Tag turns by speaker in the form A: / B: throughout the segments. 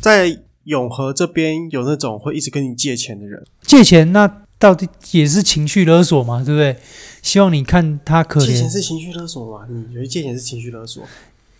A: 在永和这边有那种会一直跟你借钱的人，
B: 借钱那到底也是情绪勒索嘛，对不对？希望你看他可
A: 借钱
B: 怜，
A: 是情绪勒索嘛？你以为借钱是情绪勒索？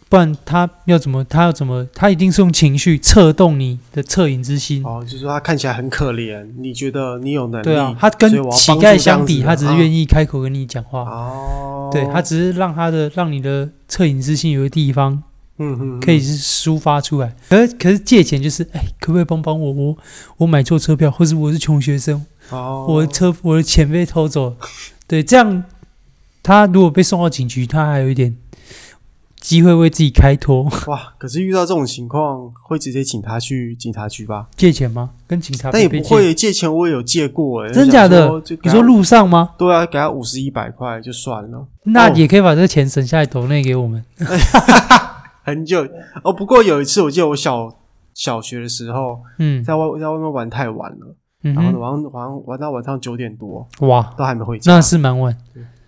B: 不然他要怎么，他要怎么，他一定是用情绪策动你的恻隐之心。
A: 哦，就是说他看起来很可怜，你觉得你有能力？
B: 嗯对啊，他跟
A: 所以我要帮
B: 乞
A: 助这
B: 丐
A: 样
B: 相比，
A: 子的
B: 他只是
A: 啊
B: 愿意开口跟你讲话，
A: 哦，
B: 对啊他只是让他的让你的恻隐之心有个地方
A: 嗯嗯，嗯
B: 可以是抒发出来。可是可是借钱就是，哎，可不可以帮帮我？我我买错车票，或是我是穷学生，
A: 哦，
B: 我的车我的钱被偷走了，对，这样他如果被送到警局，他还有一点机会为自己开脱。
A: 哇，可是遇到这种情况，会直接请他去警察局吧？
B: 借钱吗？跟警察
A: 但也
B: 被
A: 不
B: 借
A: 会借钱，我也有借过、欸，
B: 真假的
A: 想说就给
B: 你
A: 他
B: 说路上吗？
A: 对啊，给他五十一百块就算了。
B: 那
A: 哦
B: 也可以把这钱省下来，抖内给我们。
A: 很久哦，不过有一次，我记得我小小学的时候，
B: 嗯
A: 在外在外面玩太晚了，
B: 嗯
A: 然后
B: 哼，
A: 晚上晚上玩到晚上九点多，
B: 哇，
A: 都还没回家，
B: 那是蛮晚。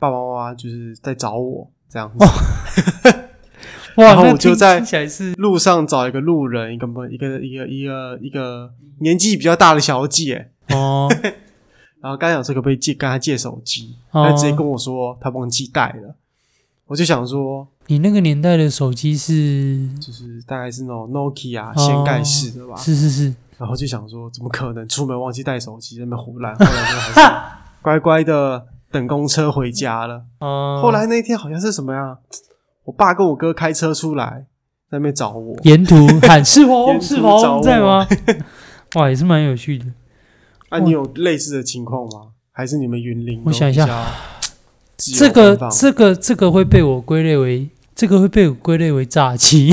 A: 爸爸妈妈就是在找我这样子。
B: 哦哇，
A: 然后
B: 那
A: 我就
B: 听
A: 在
B: 听起 来是
A: 路上找一个路人，一个一个一个一个一个年纪比较大的小姐，
B: 哦
A: 然后刚想说可不可以借跟她借手机，她
B: 哦
A: 直，接跟我说她忘记带了，我就想说
B: 你那个年代的手机是
A: 就是大概是那种 Nokia
B: 哦
A: 掀盖式的吧，
B: 是是是，
A: 然后就想说怎么可能出门忘记带手机，在那边胡乱，后来就还是 乖乖的等公车回家了。
B: 哦，
A: 后来那一天好像是什么呀，我爸跟我哥开车出来，在那边找我，
B: 哦沿途喊是
A: 沿
B: 否
A: 途
B: 是
A: 找
B: 否
A: 我
B: 在吗？ 哇，也是蛮有趣的。
A: 啊，你有类似的情况吗？还是你们云林？
B: 我想一下，
A: 这
B: 这个这个这个会被我归类为这个会被我归类为诈欺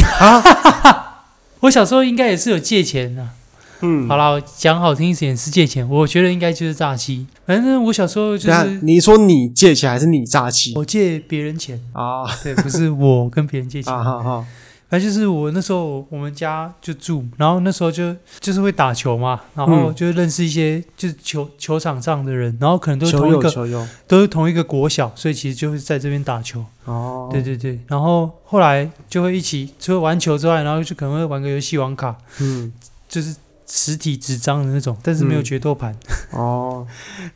B: 我小时候应该也是有借钱的、
A: 啊嗯，
B: 好啦，我讲好听一点是借钱，我觉得应该就是诈欺。反正我小时候就
A: 等一下
B: 是
A: 你说你借钱还是你诈欺
B: 我借别人钱，
A: 啊？啊
B: 对，不是我跟别人借钱。
A: 哈哈，
B: 反正就是我那时候我们家就住，然后那时候就就是会打球嘛，然后
A: 嗯
B: 就认识一些就是球球场上的人，然后可能都是
A: 求
B: 同一
A: 有
B: 个
A: 求有
B: 都是同一个国小，所以其实就会在这边打球。
A: 哦，
B: 对对对，然后后来就会一起除了玩球之外，然后就可能会玩个游戏王卡，
A: 嗯
B: 就是实体纸张的那种，但是没有
A: 嗯
B: 决斗盘。
A: 哦，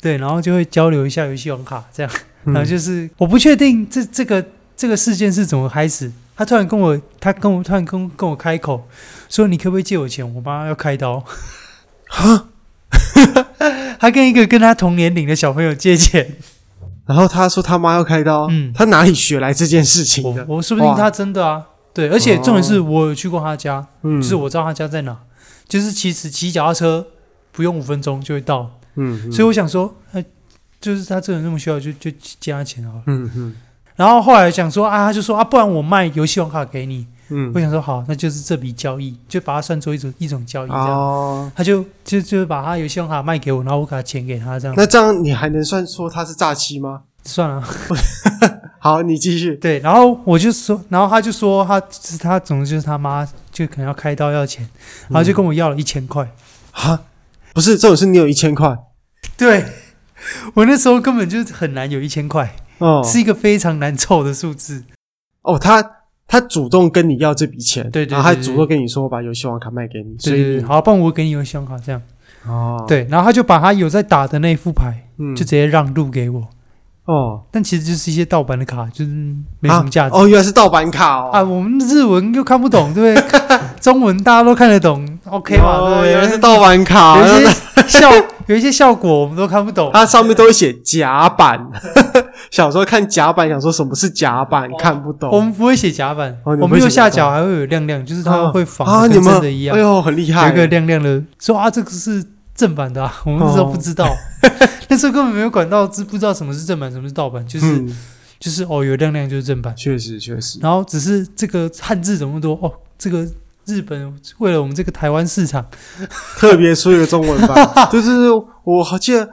B: 对，然后就会交流一下游戏王卡这样。然后
A: 嗯
B: 就是我不确定这这个这个事件是怎么开始，他突然跟我，他跟我突然跟跟我开口说：“你可不可以借我钱？我妈要开刀。” 他跟一个跟他同年龄的小朋友借 钱，
A: 然后他说他妈要开刀，
B: 嗯
A: 他哪里学来这件事情
B: 我
A: 的？
B: 我说不定
A: 哇哦
B: 他真的啊，对，而且重点是我有去过他家，
A: 嗯，
B: 就是我知道他家在哪，就是其实骑脚踏车不用五分钟就会到，
A: 嗯，嗯，
B: 所以我想说，呃，就是他这人那么需要，就就借他钱好了。
A: 嗯嗯
B: 然后后来想说啊，他就说啊，不然我卖游戏王卡给你。
A: 嗯，
B: 我想说好，那就是这笔交易，就把它算作一种一种交易这样。
A: 哦，
B: 他就就就把他游戏王卡卖给我，然后我给他钱给他 这样。
A: 那这样你还能算说他是诈欺吗？
B: 算了，
A: 好，你继续。
B: 对。然后我就说，然后他就说他是他，总之就是他妈就可能要开刀要钱，
A: 嗯
B: 然后就跟我要了一千块。
A: 哈，啊不是，这种是你有一千块
B: 对我那时候根本就很难有一千块，
A: 哦
B: 是一个非常难凑的数字。
A: 哦，他他主动跟你要这笔钱，
B: 对对
A: 然后他
B: 对对
A: 主动跟你说我把游戏王卡卖给你，
B: 对
A: 所
B: 对
A: 以
B: 对，
A: 你
B: 好，不然我给你游戏王卡这样。
A: 哦，，
B: 对，然后他就把他有在打的那一副牌，
A: 嗯
B: 就直接让路给我。
A: 哦，
B: 但其实就是一些盗版的卡，就是没什么价值。
A: 啊哦，原来是盗版卡哦，
B: 啊，我们日文又看不懂，对不对？ 中文大家都看得懂，OK 嘛，对
A: 哦
B: 不对？
A: 原来是盗版 卡，
B: 有一
A: 那
B: 些效有一些效果我们都看不懂，
A: 它上面都会写甲版， 小时候看甲版，想说什么是甲版，
B: 哦
A: 看不
B: 我
A: 懂。
B: 们不会写甲板，
A: 哦你们
B: 我
A: 不会
B: 们右
A: 写甲
B: 下
A: 板
B: 角还会有亮亮，就是它会仿
A: 啊，
B: 的
A: 你
B: 跟
A: 们
B: 真的一样，
A: 哎呦，很厉害，
B: 有一个亮亮的，说啊这个是正版的、啊， 我们那时候不知道，
A: 哦
B: 那时候根本没有管到，知不知道什么是正版，什么是盗版，就是、
A: 嗯
B: 就是哦有亮亮就是正版，
A: 确实确实，
B: 然后只是这个汉字怎么多哦，这个日本为了我们这个台湾市场，
A: 特别出一个中文 版，对对对，我好记得，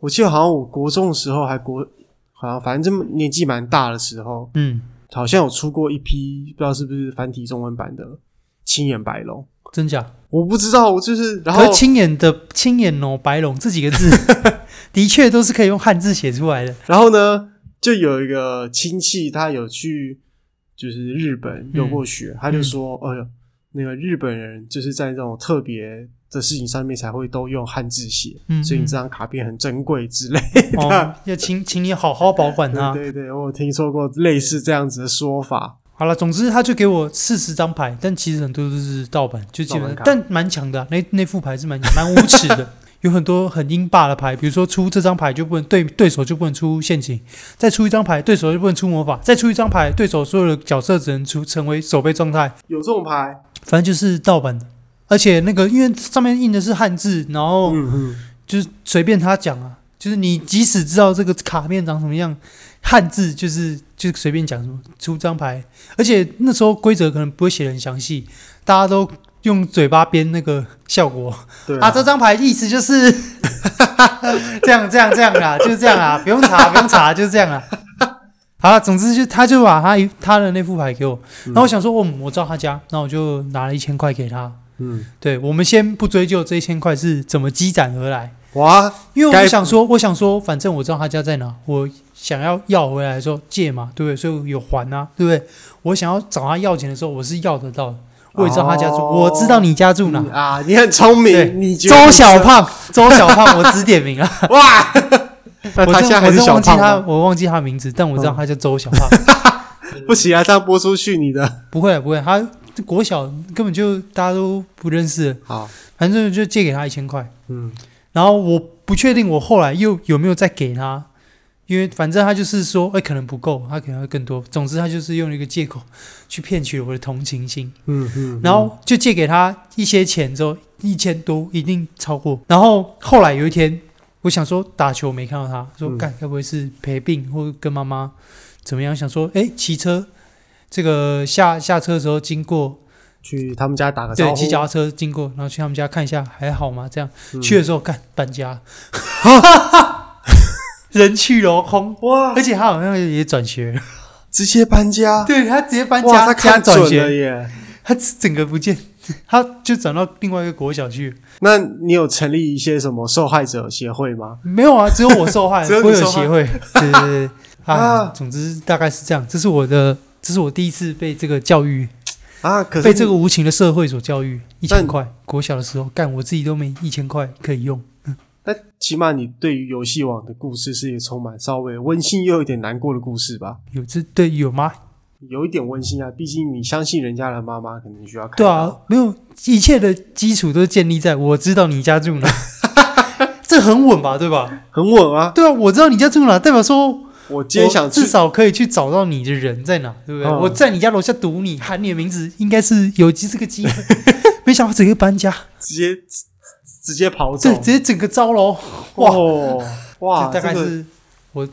A: 我记得好像我国中的时候还国，好像反正这么年纪蛮大的时候，
B: 嗯，
A: 好像有出过一批，不知道是不是繁体中文版的《青眼白龙》，
B: 真假？
A: 我不知道，我就是然后
B: 可是青眼的青眼哦，白龙这几个 字，的确都是可以用汉字写出来的。
A: 然后呢，就有一
B: 嗯
A: 个亲戚他有去就是日本留过学，他就说，哎呦，那个日本人就是在这种特别的事情上面才会都用汉字写，
B: 嗯
A: 所以你
B: 嗯
A: 这张卡片很珍贵之类。
B: 哦，要请请你好好保管它。
A: 啊嗯对对对，我有听说过类似这样子的说法。
B: 好了，总之他就给我四十张牌，但其实很多都是盗版，就基本
A: 盗
B: 上
A: 版，卡
B: 但蛮强的啊、那那副牌是蛮蛮无耻的， 有很多很英霸的牌，比如说出这张牌就不能对对手就不能出陷阱，再出一张牌对手就不能出魔法，再出一张牌对手所有的角色只能出成为守备状态，
A: 有这种牌，
B: 反正就是盗版的。而且那个因为上面印的是汉字，然后
A: 嗯嗯，
B: 就是随便他讲啊，就是你即使知道这个卡片长什么样，汉字就是就随便讲什么出张牌，而且那时候规则可能不会写的很详细，大家都用嘴巴编那个效果
A: 对
B: 啊这张牌意思就是 这样这样这样啦，就是这样啊，不用查不用查，就是这样啊。好了，总之就他就把他一他的那副牌给我，
A: 嗯
B: 然后我想说，哦，我知道他家，那我就拿了一千块给他。
A: 嗯，
B: 对，我们先不追究这一千块是怎么积攒而来，
A: 哇，
B: 因为我
A: 该
B: 想说，我想说，反正我知道他家在哪，我想要要回来的时候借嘛，对不对？所以我有还啊，对不对？我想要找他要钱的时候，我是要得到的。我也知道他家住，
A: 哦
B: 我知道你家住哪。
A: 嗯啊，你很聪
B: 对
A: 明，你觉得
B: 周小胖，周小胖，我指点名了。
A: 哇， 那
B: 我
A: 他
B: 真
A: 现在
B: 我
A: 还是
B: 真
A: 小
B: 忘记
A: 胖
B: 他，
A: 吗？嗯
B: 我忘记他名字，但我知道他叫周小胖。
A: 不行啊，这样播出去你的
B: 不会啊不会，他国小根本就大家都不认识了，
A: 好，
B: 反正就借给他一千块。
A: 嗯，
B: 然后我不确定我后来又有没有再给他，因为反正他就是说，哎、可能不够，他可能会更多。总之，他就是用了一个借口去骗取我的同情心，
A: 嗯嗯，
B: 然后就借给他一些钱之后，一千多一定超过。然后后来有一天，我想说打球没看到他，说
A: 嗯
B: 干该不会是陪病或者跟妈妈怎么样？想说，哎、骑车这个下下车的时候经过，
A: 去他们家打个招
B: 对，
A: 呼，
B: 骑脚踏车经过，然后去他们家看一下还好吗？这样。
A: 哦嗯
B: 去的时候干 搬家， 人去楼空，
A: 哇，
B: 而且他好像也转学 了，
A: 直接搬家，
B: 对他直接搬
A: 哇，
B: 家，
A: 他
B: 家
A: 看
B: 转
A: 准了
B: 学，
A: 耶。
B: 他整个不见，他就转到另外一个国小去。
A: 那你有成立一些什么受害者协会吗？
B: 没有啊，只有我受 害，
A: 只有
B: 我
A: 你
B: 有
A: 受害
B: 协会，对对 对，啊，
A: 啊
B: 总之大概是这样。这是我的，这是我第一次被这个教育，
A: 啊，可是
B: 被
A: 你
B: 这个无情的社会所教育。一
A: 但
B: 千块，国小的时候干，我自己都没一千块可以用。
A: 那起码你对于游戏王的故事是也充满稍微温馨又有点难过的故事吧？
B: 有这对有吗？
A: 有一点温馨啊，毕竟你相信人家的妈妈，可能需要看
B: 对
A: 到
B: 啊，没有一切的基础都建立在我知道你 家住哪，这很稳吧，对吧？
A: 很稳啊。
B: 对啊，我知道你家住哪，代表说
A: 我今天想
B: 我
A: 去
B: 至，少可以去找到你的人在哪，对不对？
A: 嗯
B: 我在你家楼下堵你，喊你的名字，应该是有机这个 机会。没想到整个搬家，
A: 直接直直接跑走
B: 这，直接整个招楼，哇
A: 哇哇，
B: 这大概
A: 这个
B: 是我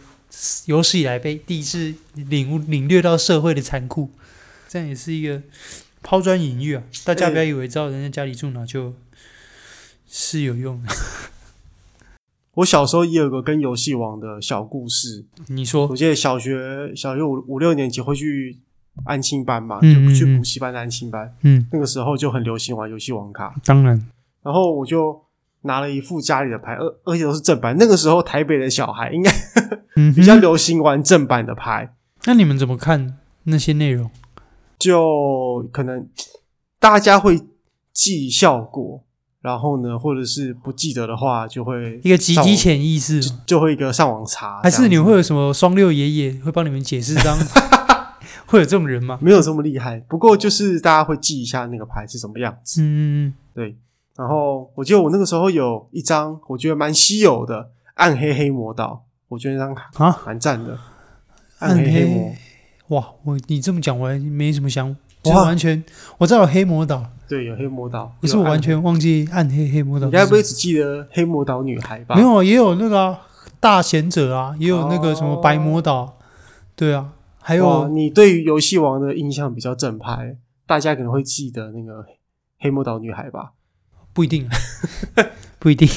B: 有史以来被第一次领悟领略到社会的残酷，这样也是一个抛砖引玉啊！大家不要以为知道人家家里住哪就是有用的。
A: 我小时候也有个跟游戏王的小故事。
B: 你说
A: 我记得小学小学五五六年级会去安亲班嘛，
B: 嗯
A: 就
B: 嗯
A: 去
B: 嗯
A: 补习班的安亲班，
B: 嗯，
A: 那个时候就很流行玩游戏王卡，
B: 当然，
A: 然后我就。拿了一副家里的牌，而而且都是正版。那个时候台北的小孩应该
B: 嗯哼，
A: 比较流行玩正版的牌，
B: 那你们怎么看那些内容？
A: 就可能大家会记效果，然后呢，或者是不记得的话，就会
B: 一个集
A: 上网
B: 体潜意识吗，
A: 就会一个上网查，
B: 还是
A: 这
B: 你
A: 样子
B: 会有什么双六爷爷会帮你们解释 这样？会有这种人吗？
A: 没有这么厉害？不过就是大家会记一下那个牌是什么样子。
B: 嗯，
A: 对，然后我记得我那个时候有一张我觉得蛮稀有的暗黑黑魔道，我觉得那张卡
B: 啊，
A: 蛮赞的。
B: 暗
A: 暗
B: 黑
A: 黑黑魔，
B: 哇，我你这么讲，我还没什么想，就是
A: 哇
B: 完全我知道有黑魔岛，
A: 对，有黑魔道，
B: 可是我
A: 有暗啊
B: 完全忘记暗黑黑魔
A: 你
B: 岛
A: 应
B: 是什
A: 该不
B: 么。
A: 会只记得黑魔岛女孩吧？
B: 没，有，也有那个啊、大贤者啊，也有那个什么白魔岛，对啊，还
A: 哦哇，
B: 有
A: 你对于游戏王的印象比较正派，大家可能会记得那个黑魔岛女孩吧？
B: 不一定，啊 不一定，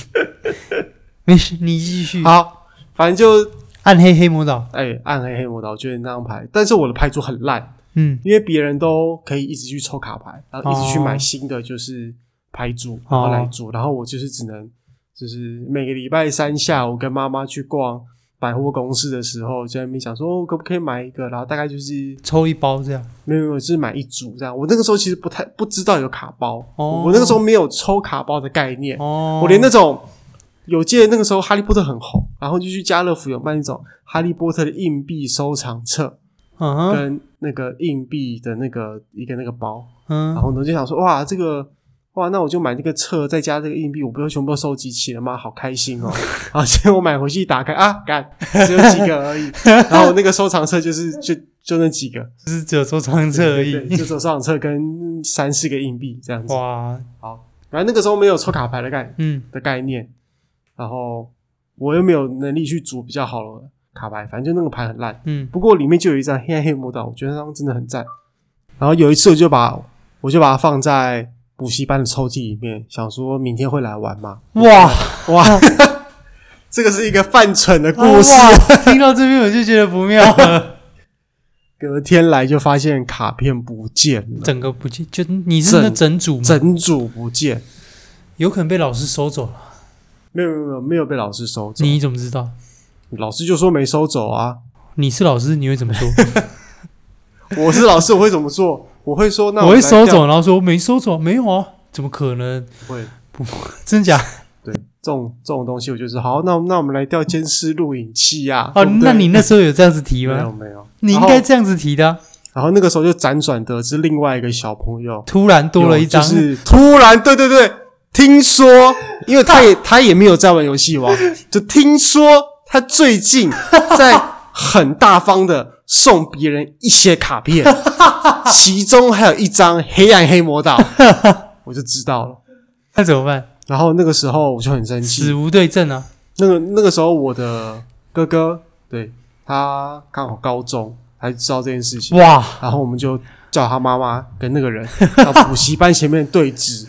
B: 没事，你继续。
A: 好，反正就
B: 暗黑黑魔岛，
A: 哎、暗黑黑魔岛就是那张牌，但是我的牌组很烂，
B: 嗯，
A: 因为别人都可以一直去抽卡牌，然后一直去
B: 哦
A: 买新的就是牌组，
B: 哦
A: 然后来做，然后我就是只能就是每个礼拜三下午跟妈妈去逛百货公司的时候，就在那边想说、哦、可不可以买一个，然后大概就是
B: 抽一包这样，
A: 没有没有，就是买一组这样。我那个时候其实不太不知道有卡包，
B: 哦
A: 我那个时候没有抽卡包的概念，
B: 哦，
A: 我连那种。有记得那个时候《哈利波特》很红，然后就去家乐福有卖那种《哈利波特》的硬币收藏册，
B: 嗯哼
A: 跟那个硬币的那个一个那个包，然
B: 嗯，
A: 后呢就想说，哇，这个哇，那我就买那个册，再加这个硬币，我不就全部都收集齐了吗？好开心哦！然后结果买回去一打开啊，干，只有几个 而已。然后那个收藏册就是就就那几个，
B: 就是只有收藏册而
A: 对对
B: 已，
A: 就只有收藏册跟三四个硬币这样子。
B: 哇，
A: 反正那个时候没有抽卡牌的概
B: 嗯
A: 的概念，然后我又没有能力去组比较好的卡牌，反正就那个牌很烂。
B: 嗯
A: 不过里面就有一张黑暗黑魔导，我觉得那张真的很赞。然后有一次我就把我就把它放在补习班的抽屉里面，想说明天会来玩嘛。
B: 哇，
A: 哇，这个是一个犯蠢的故事。
B: 哦哇 听到这边我就觉得不妙了，
A: 隔天来就发现卡片不见了，
B: 整个不见，就你是那整组吗？
A: 整组不见，
B: 有可能被老师收走了，
A: 没有没有没有没有被老师收走。
B: 你怎么知道？
A: 老师就说没收走啊。
B: 你是老师，你会怎么 说？
A: 我是老师，我会怎么做？我会说那
B: 我会
A: 来
B: 收
A: 调
B: 走，然后说没收走，没有啊，怎么可能？
A: 不会。
B: 真假？
A: 对，这种这种东西，我就是好，那那我们来调监视录影器啊。
B: 哦
A: 对不，对
B: 那你那时候有这样子提
A: 没有
B: 吗？
A: 没有，
B: 你应
A: 然后
B: 该这样子提的啊，
A: 然后那个时候就辗转得知另外一个小朋友
B: 突然多了一张
A: 有，就是突然，对对对，听说，因为他也 他也没有在玩游戏王，就听说他最 近在很大方的送别人一些卡片， 其中还有一张黑暗黑魔 导，我就知道了。
B: 那怎么办？
A: 然后那个时候我就很生气
B: 死，无对证啊！
A: 那个那个时候我的哥哥对他刚好高中才知道这件事情。
B: 哇，
A: 然后我们就叫他妈妈跟那个人 到补习班前面对峙。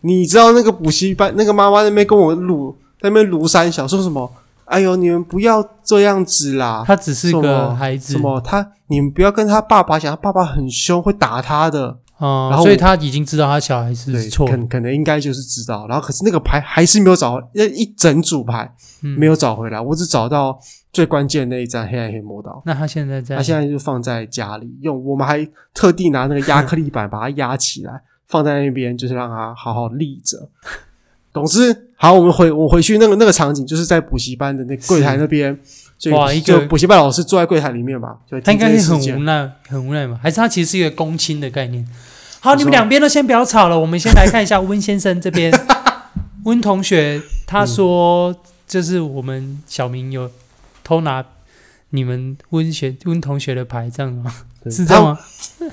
A: 你知道那个补习班那个妈妈那边跟我撸在那边撸三小说什么？哎呦，你们不要这样子啦！
B: 他只是
A: 什
B: 个
A: 么
B: 孩子
A: 什，么他你们不要跟他爸爸讲，他爸爸很凶，会打他的。
B: 嗯
A: 然，后
B: 所以
A: 我
B: 他已经知道他小孩
A: 对
B: 是，错的，
A: 可可能应该就是知道。然后可是那个牌还是没有找，那一整组牌
B: 嗯
A: 没有找回来，我只找到最关键的那一张黑暗黑魔导。
B: 那他现在在
A: 他现在就放在家里，用我们还特地拿那个亚克力板把它压起来，放在那边，就是让它好好立着。 总之，好，我们回我们回去那个那个场景，就是在补习班的那个柜台那边，就
B: 哇一个
A: 就补习班老师坐在柜台里面嘛，就
B: 他应该
A: 是
B: 是很无奈，很无奈嘛？还是他其实是一个公亲的概念？好，
A: 你说
B: 你们两边都先不要吵了，我们先来看一下温先生 这边，温同学他说，就是我们小明有偷拿你们温学温同学的牌，这样吗？是这样？
A: 对他
B: 吗？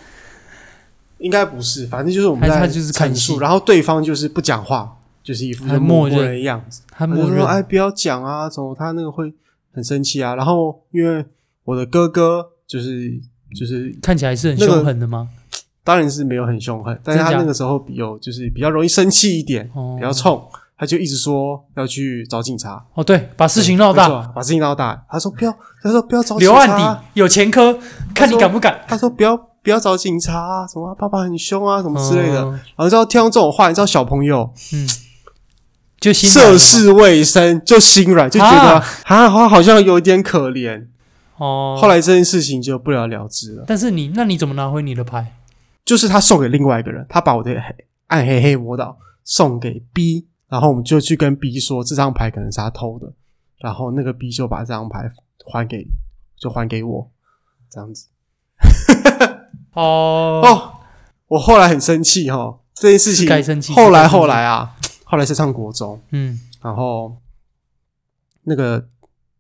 A: 应该不是，反正就是我们在
B: 还是他就是看
A: 陈
B: 戏
A: 述，然后对方就是不讲话，就是一副
B: 他
A: 就
B: 默
A: 默
B: 认
A: 认的样子。
B: 他
A: 他就
B: 默
A: 说：“
B: 认
A: 哎，不要讲啊，怎么他那个会很生气啊？”然后因为我的哥哥就是就是，
B: 看起来是很
A: 那个
B: 凶狠的吗？
A: 当然是没有很凶狠，但是他
B: 真假
A: 那个时候比有就是比较容易生气一点，
B: 哦
A: 比较冲，他就一直说要去找警察，
B: 哦，对，把事情闹
A: 没
B: 大，
A: 错，啊把事情闹大。他说不要，他说不要找警
B: 留
A: 察，
B: 案底，有前科，看你敢不敢。
A: 他说不要不要找警察啊，什么他爸爸很凶啊，什么之类的。
B: 嗯，
A: 然后就要听到这种话，你知道小朋友
B: 嗯，就心软
A: 涉世未深就心软，就觉得
B: 啊
A: 啊，好好像有点可怜。
B: 哦。
A: 后来这件事情就不了了之了，
B: 但是你，那你怎么拿回你的牌？
A: 就是他送给另外一个人，他把我的黑暗黑黑魔导送给 B，然后我们就去跟 B 说这张牌可能是他偷的，然后那个 B 就把这张牌还给就还给我，这样子
B: 哦
A: 哦。我后来很生气哈、哦，这件事
B: 是
A: 情
B: 该生气
A: 后
B: 是该
A: 来
B: 生气
A: 后来啊，后来是上国中，
B: 嗯，
A: 然后那个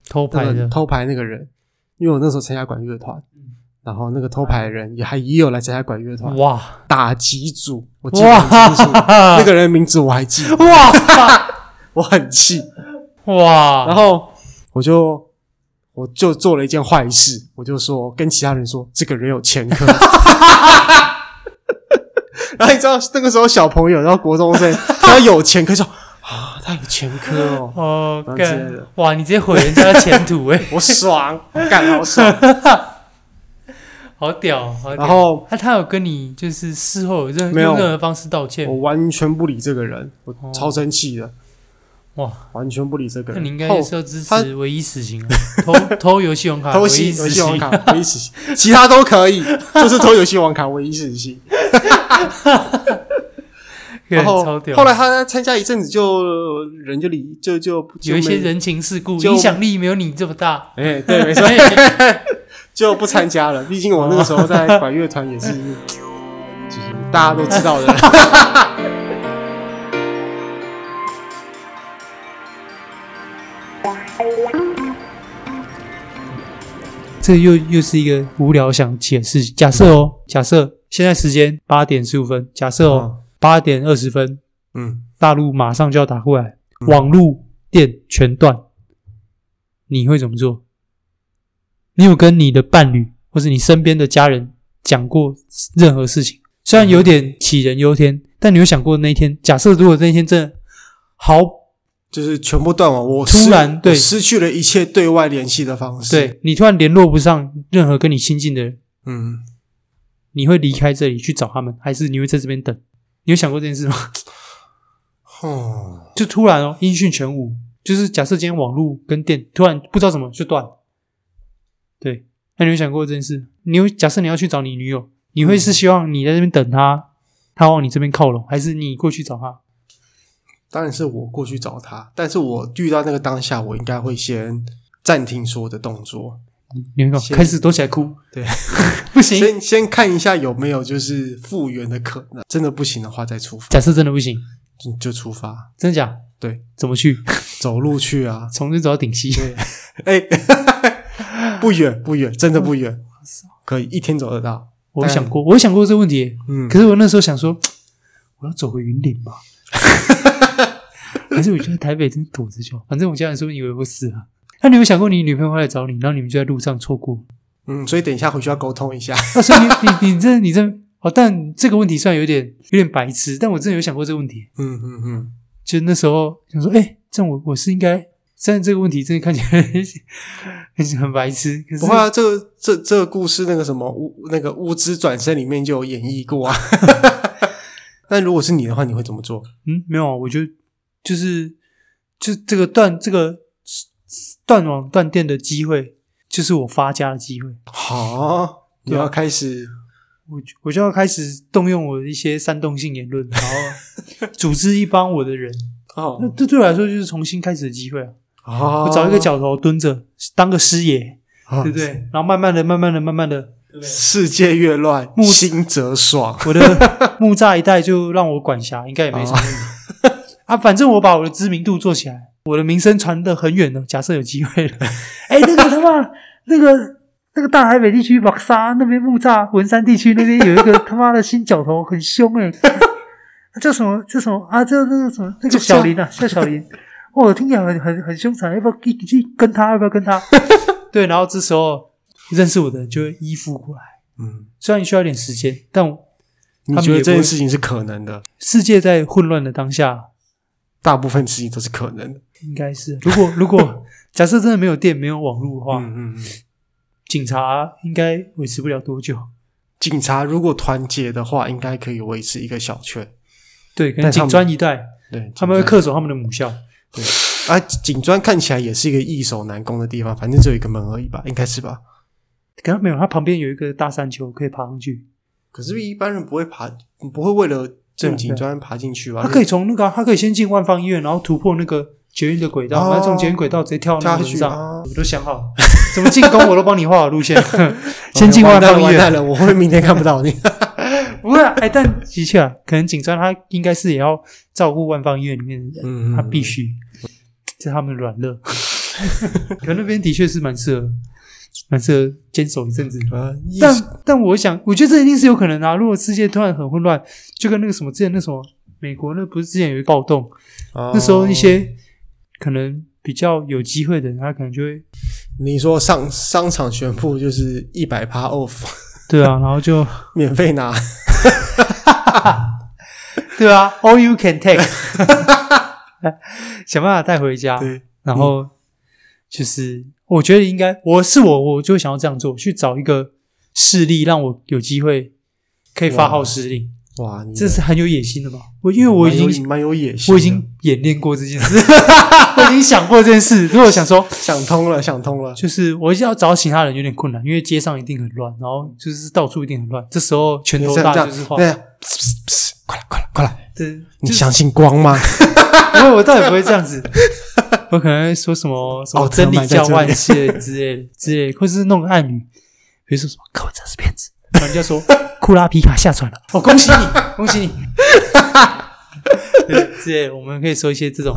B: 偷
A: 那
B: 拍
A: 个
B: 的，嗯
A: 偷牌那个人，因为我那时候参加管乐团，然后那个偷牌的人也还也有来参加管乐团。
B: 哇
A: 打击组，我记得很 清楚，
B: 哇
A: 那个人名字我还记 得，
B: 哇
A: 我很气。然
B: 哇，
A: 后我就我就做了一件坏事，我就说跟其他人说这个人有前 科。然后你知道那个时候小朋友，然后国中 生，他有前科就啊，他有前科哦，
B: 哦
A: 然后，之类
B: 干
A: 的
B: 哇，你直接毁人家的前途 哎，
A: 我爽，我干好爽。
B: 好屌，好屌。
A: 然后
B: 那他有跟你就是事后有任
A: 没有
B: 用任何方式道歉
A: 我？完全不理这个人，我
B: 哦
A: 超生气的。
B: 哇，
A: 完全不理这个
B: 那
A: 人。
B: 你应该
A: 后
B: 是要支
A: 他
B: 持唯一死刑啊，偷偷游戏王卡，
A: 偷
B: 唯
A: 袭
B: 一
A: 游
B: 死
A: 戏王
B: 刑，
A: 卡，唯一死刑，其他都可以， 就是偷游戏王卡唯一死 刑。然后
B: 超屌。
A: 后来他参加一阵子就人就离就就就
B: 有一些
A: 没
B: 人情世故，
A: 就
B: 影响力没有你这么大。
A: 哎、对，没错，就不参加了。毕竟我那个时候在
B: 哦
A: 管乐团也是，就是大家都知道的。
B: 这又又是一个无聊想起的事情。假设哦，假设现在时间八点十五分，假设哦八点二十分，
A: 嗯，
B: 大陆马上就要打过来，
A: 嗯
B: 网路电全断，你会怎么做？你有跟你的伴侣或是你身边的家人讲过任何事情？虽然有点杞人忧天，但你有想过那一天？假设如果那一天真的好，
A: 就是全部断网，我
B: 突
A: 失
B: 然对
A: 我失去了一切对外联系的方式。，
B: 对你突然联络不上任何跟你亲近的人，
A: 嗯，
B: 你会离开这里去找他们，还是你会在这边等？你有想过这件事吗？
A: 哦，
B: 就突然哦，音讯全无，就是假设今天网络跟电突然不知道怎么就断了，对，那你有想过这件事？你有假设你要去找你女友，你会是希望你在这边等她，她往你这边靠拢，还是你过去找她？
A: 当然是我过去找他，但是我遇到那个当下，我应该会先暂停所有的动作，
B: 你会
A: 先
B: 开始躲起来哭，
A: 对，
B: 不行，
A: 先先看一下有没有就是复原的可能。真的不行的话再出发，
B: 假设真的不行，
A: 就就出发，
B: 真的假？
A: 对，
B: 怎么去？
A: 走路去啊。
B: 从这走到顶溪，
A: 哎、 不远不远，真的不远，可以一天走得到。
B: 我有想过，我有想过这个问题，
A: 嗯，
B: 可是我那时候想说，我要走回云顶吧，还是我就在台北这边躲着就好，反正我家人说不定以为我死了。那你有没有想过，你女朋友会来找你，然后你们就在路上错过？
A: 嗯，所以等一下回去要沟通一下。
B: 那所以你你你这你这哦，但这个问题虽然有点有点白痴，但我真的有想过这个问题。
A: 嗯嗯嗯，
B: 就那时候想说，哎、这样我我是应该，虽然这个问题真的看起来 很很白痴，可是
A: 不会啊，这个这这个故事那个什么乌那个乌兹转身里面就有演绎 过啊。那如果是你的话，你会怎么做？
B: 嗯，没有啊，我觉得就是就这个断这个断网断电的机会，就是我发家的机会。
A: 好，你
B: 对啊
A: 要开始
B: 我就我就要开始动用我的一些煽动性言论，然 后组织一帮我的人。
A: 哦
B: 那这对我来说就是重新开始的机会啊！
A: 哦，
B: 我 找一个角头蹲着，当个师爷，
A: 哦，
B: 对不对？然后慢慢的、慢慢的、慢慢的，
A: 世界越乱，
B: 木
A: 心则爽。
B: 我的木栅一带就让我管辖，应该也没什么问题啊。反正我把我的知名度做起来，我的名声传得很远了。假设有机会 了，哎，那个他妈，那个那个大台北地区马沙那边木栅文山地区那边有一个他妈的新角头，很凶 哎、叫什么叫什么啊？叫那个什么那个小林啊，叫小林。哦，我听起来很很很凶残，要不要一起跟他？要不要跟 他？对，然后这时候认识我的人就会依附过来，
A: 嗯，
B: 虽然需要一点时间，但我
A: 你
B: 他们
A: 觉得
B: 也
A: 这
B: 不
A: 件
B: 会
A: 事情是可能的？
B: 世界在混乱的当下，
A: 大部分事情都是可能的。
B: 应该是如果如 果假设真的没有电、没有网络的话，
A: 嗯嗯。
B: 警察应该维持不了多久。
A: 警察如果团结的话，应该可以维持一个小圈。
B: 对，可能
A: 但他们
B: 警专一代，
A: 对，
B: 他们会
A: 警
B: 恪守他们的母校。
A: 专啊，警专看起来也是一个易守难攻的地方，反正只有一个门而已吧，应该是吧？
B: 可能没有，他旁边有一个大山丘可以爬上去，
A: 可是，一般人不会爬，不会为了
B: 对啊
A: 进警专爬进去吧？
B: 他可以从那个啊、他可以先进万方医院，然后突破那个捷运的轨道，
A: 哦
B: 然后从捷运轨道直接跳到
A: 跳
B: 那
A: 下
B: 个门
A: 去
B: 上。
A: 啊！
B: 我都想好怎么进攻，我都帮你画好路 线。 先
A: 哎
B: 进万啊
A: 完蛋了，
B: 方医
A: 完
B: 院
A: 蛋，了，我会明天看不 到你。
B: 不会啊，哎，但的确啊，可能警专他应该是也要照顾万方医院里面的人。
A: 嗯
B: 他必须，这是他们的软肋。 可那边的确是蛮适合，蛮适合坚守一阵子。
A: 啊，易
B: 但但我想，我觉得这一定是有可能的、啊。如果世界突然很混乱，就跟那个什么之前那什么美国那不是之前有一个暴动，
A: 哦
B: 那时候一些可能比较有机会的人，他可能就会
A: 你说上商场宣布就是一百趴 off，
B: 对啊，然后就
A: 免费拿，
B: 对啊，all you can take，想办法带回家。
A: 对，
B: 然后就是我觉得应该，我是我，我就会想要这样做，去找一个势力，让我有机会可以发号施令，
A: 哇，你嗯
B: 这是很有野心的嘛。我因为我已经
A: 蛮有蛮有野心的，
B: 我已经演练过这件事， 我已经想过这件事。所以我想说，
A: 想通了，想通了。
B: 就是我要找其他人有点困难，因为街上一定很乱，然后就是到处一定很乱。这时候拳头
A: 这样这
B: 大就是
A: 样，
B: 话，
A: 对，啊快来，快来，快来！
B: 对，
A: 你
B: 就是
A: 相信光 吗？
B: 不会，我倒也不会这样 子。我可能会说什么什么
A: 奥特
B: 哦真
A: 曼
B: 理
A: 在
B: 教
A: 这里
B: 万岁之类的之类的，或是弄个暗语，比如说什么柯文哲是骗子，然后人家 说库拉皮卡下船了，哦，恭喜你， 恭喜你。对之类的，我们可以说一些这种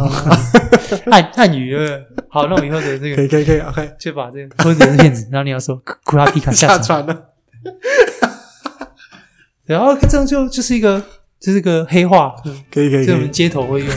B: 暗暗语。对不对好，那我以后的这
A: 可
B: 个
A: 以，可以，可以，OK。
B: 就把这个柯文哲是骗子，然后你要说库库拉皮卡下
A: 下
B: 船了。
A: 船了，
B: 然后这样就就是一个，这是个黑话，
A: 可以，可以，
B: 这
A: 可
B: 我
A: 以
B: 们。街头会用。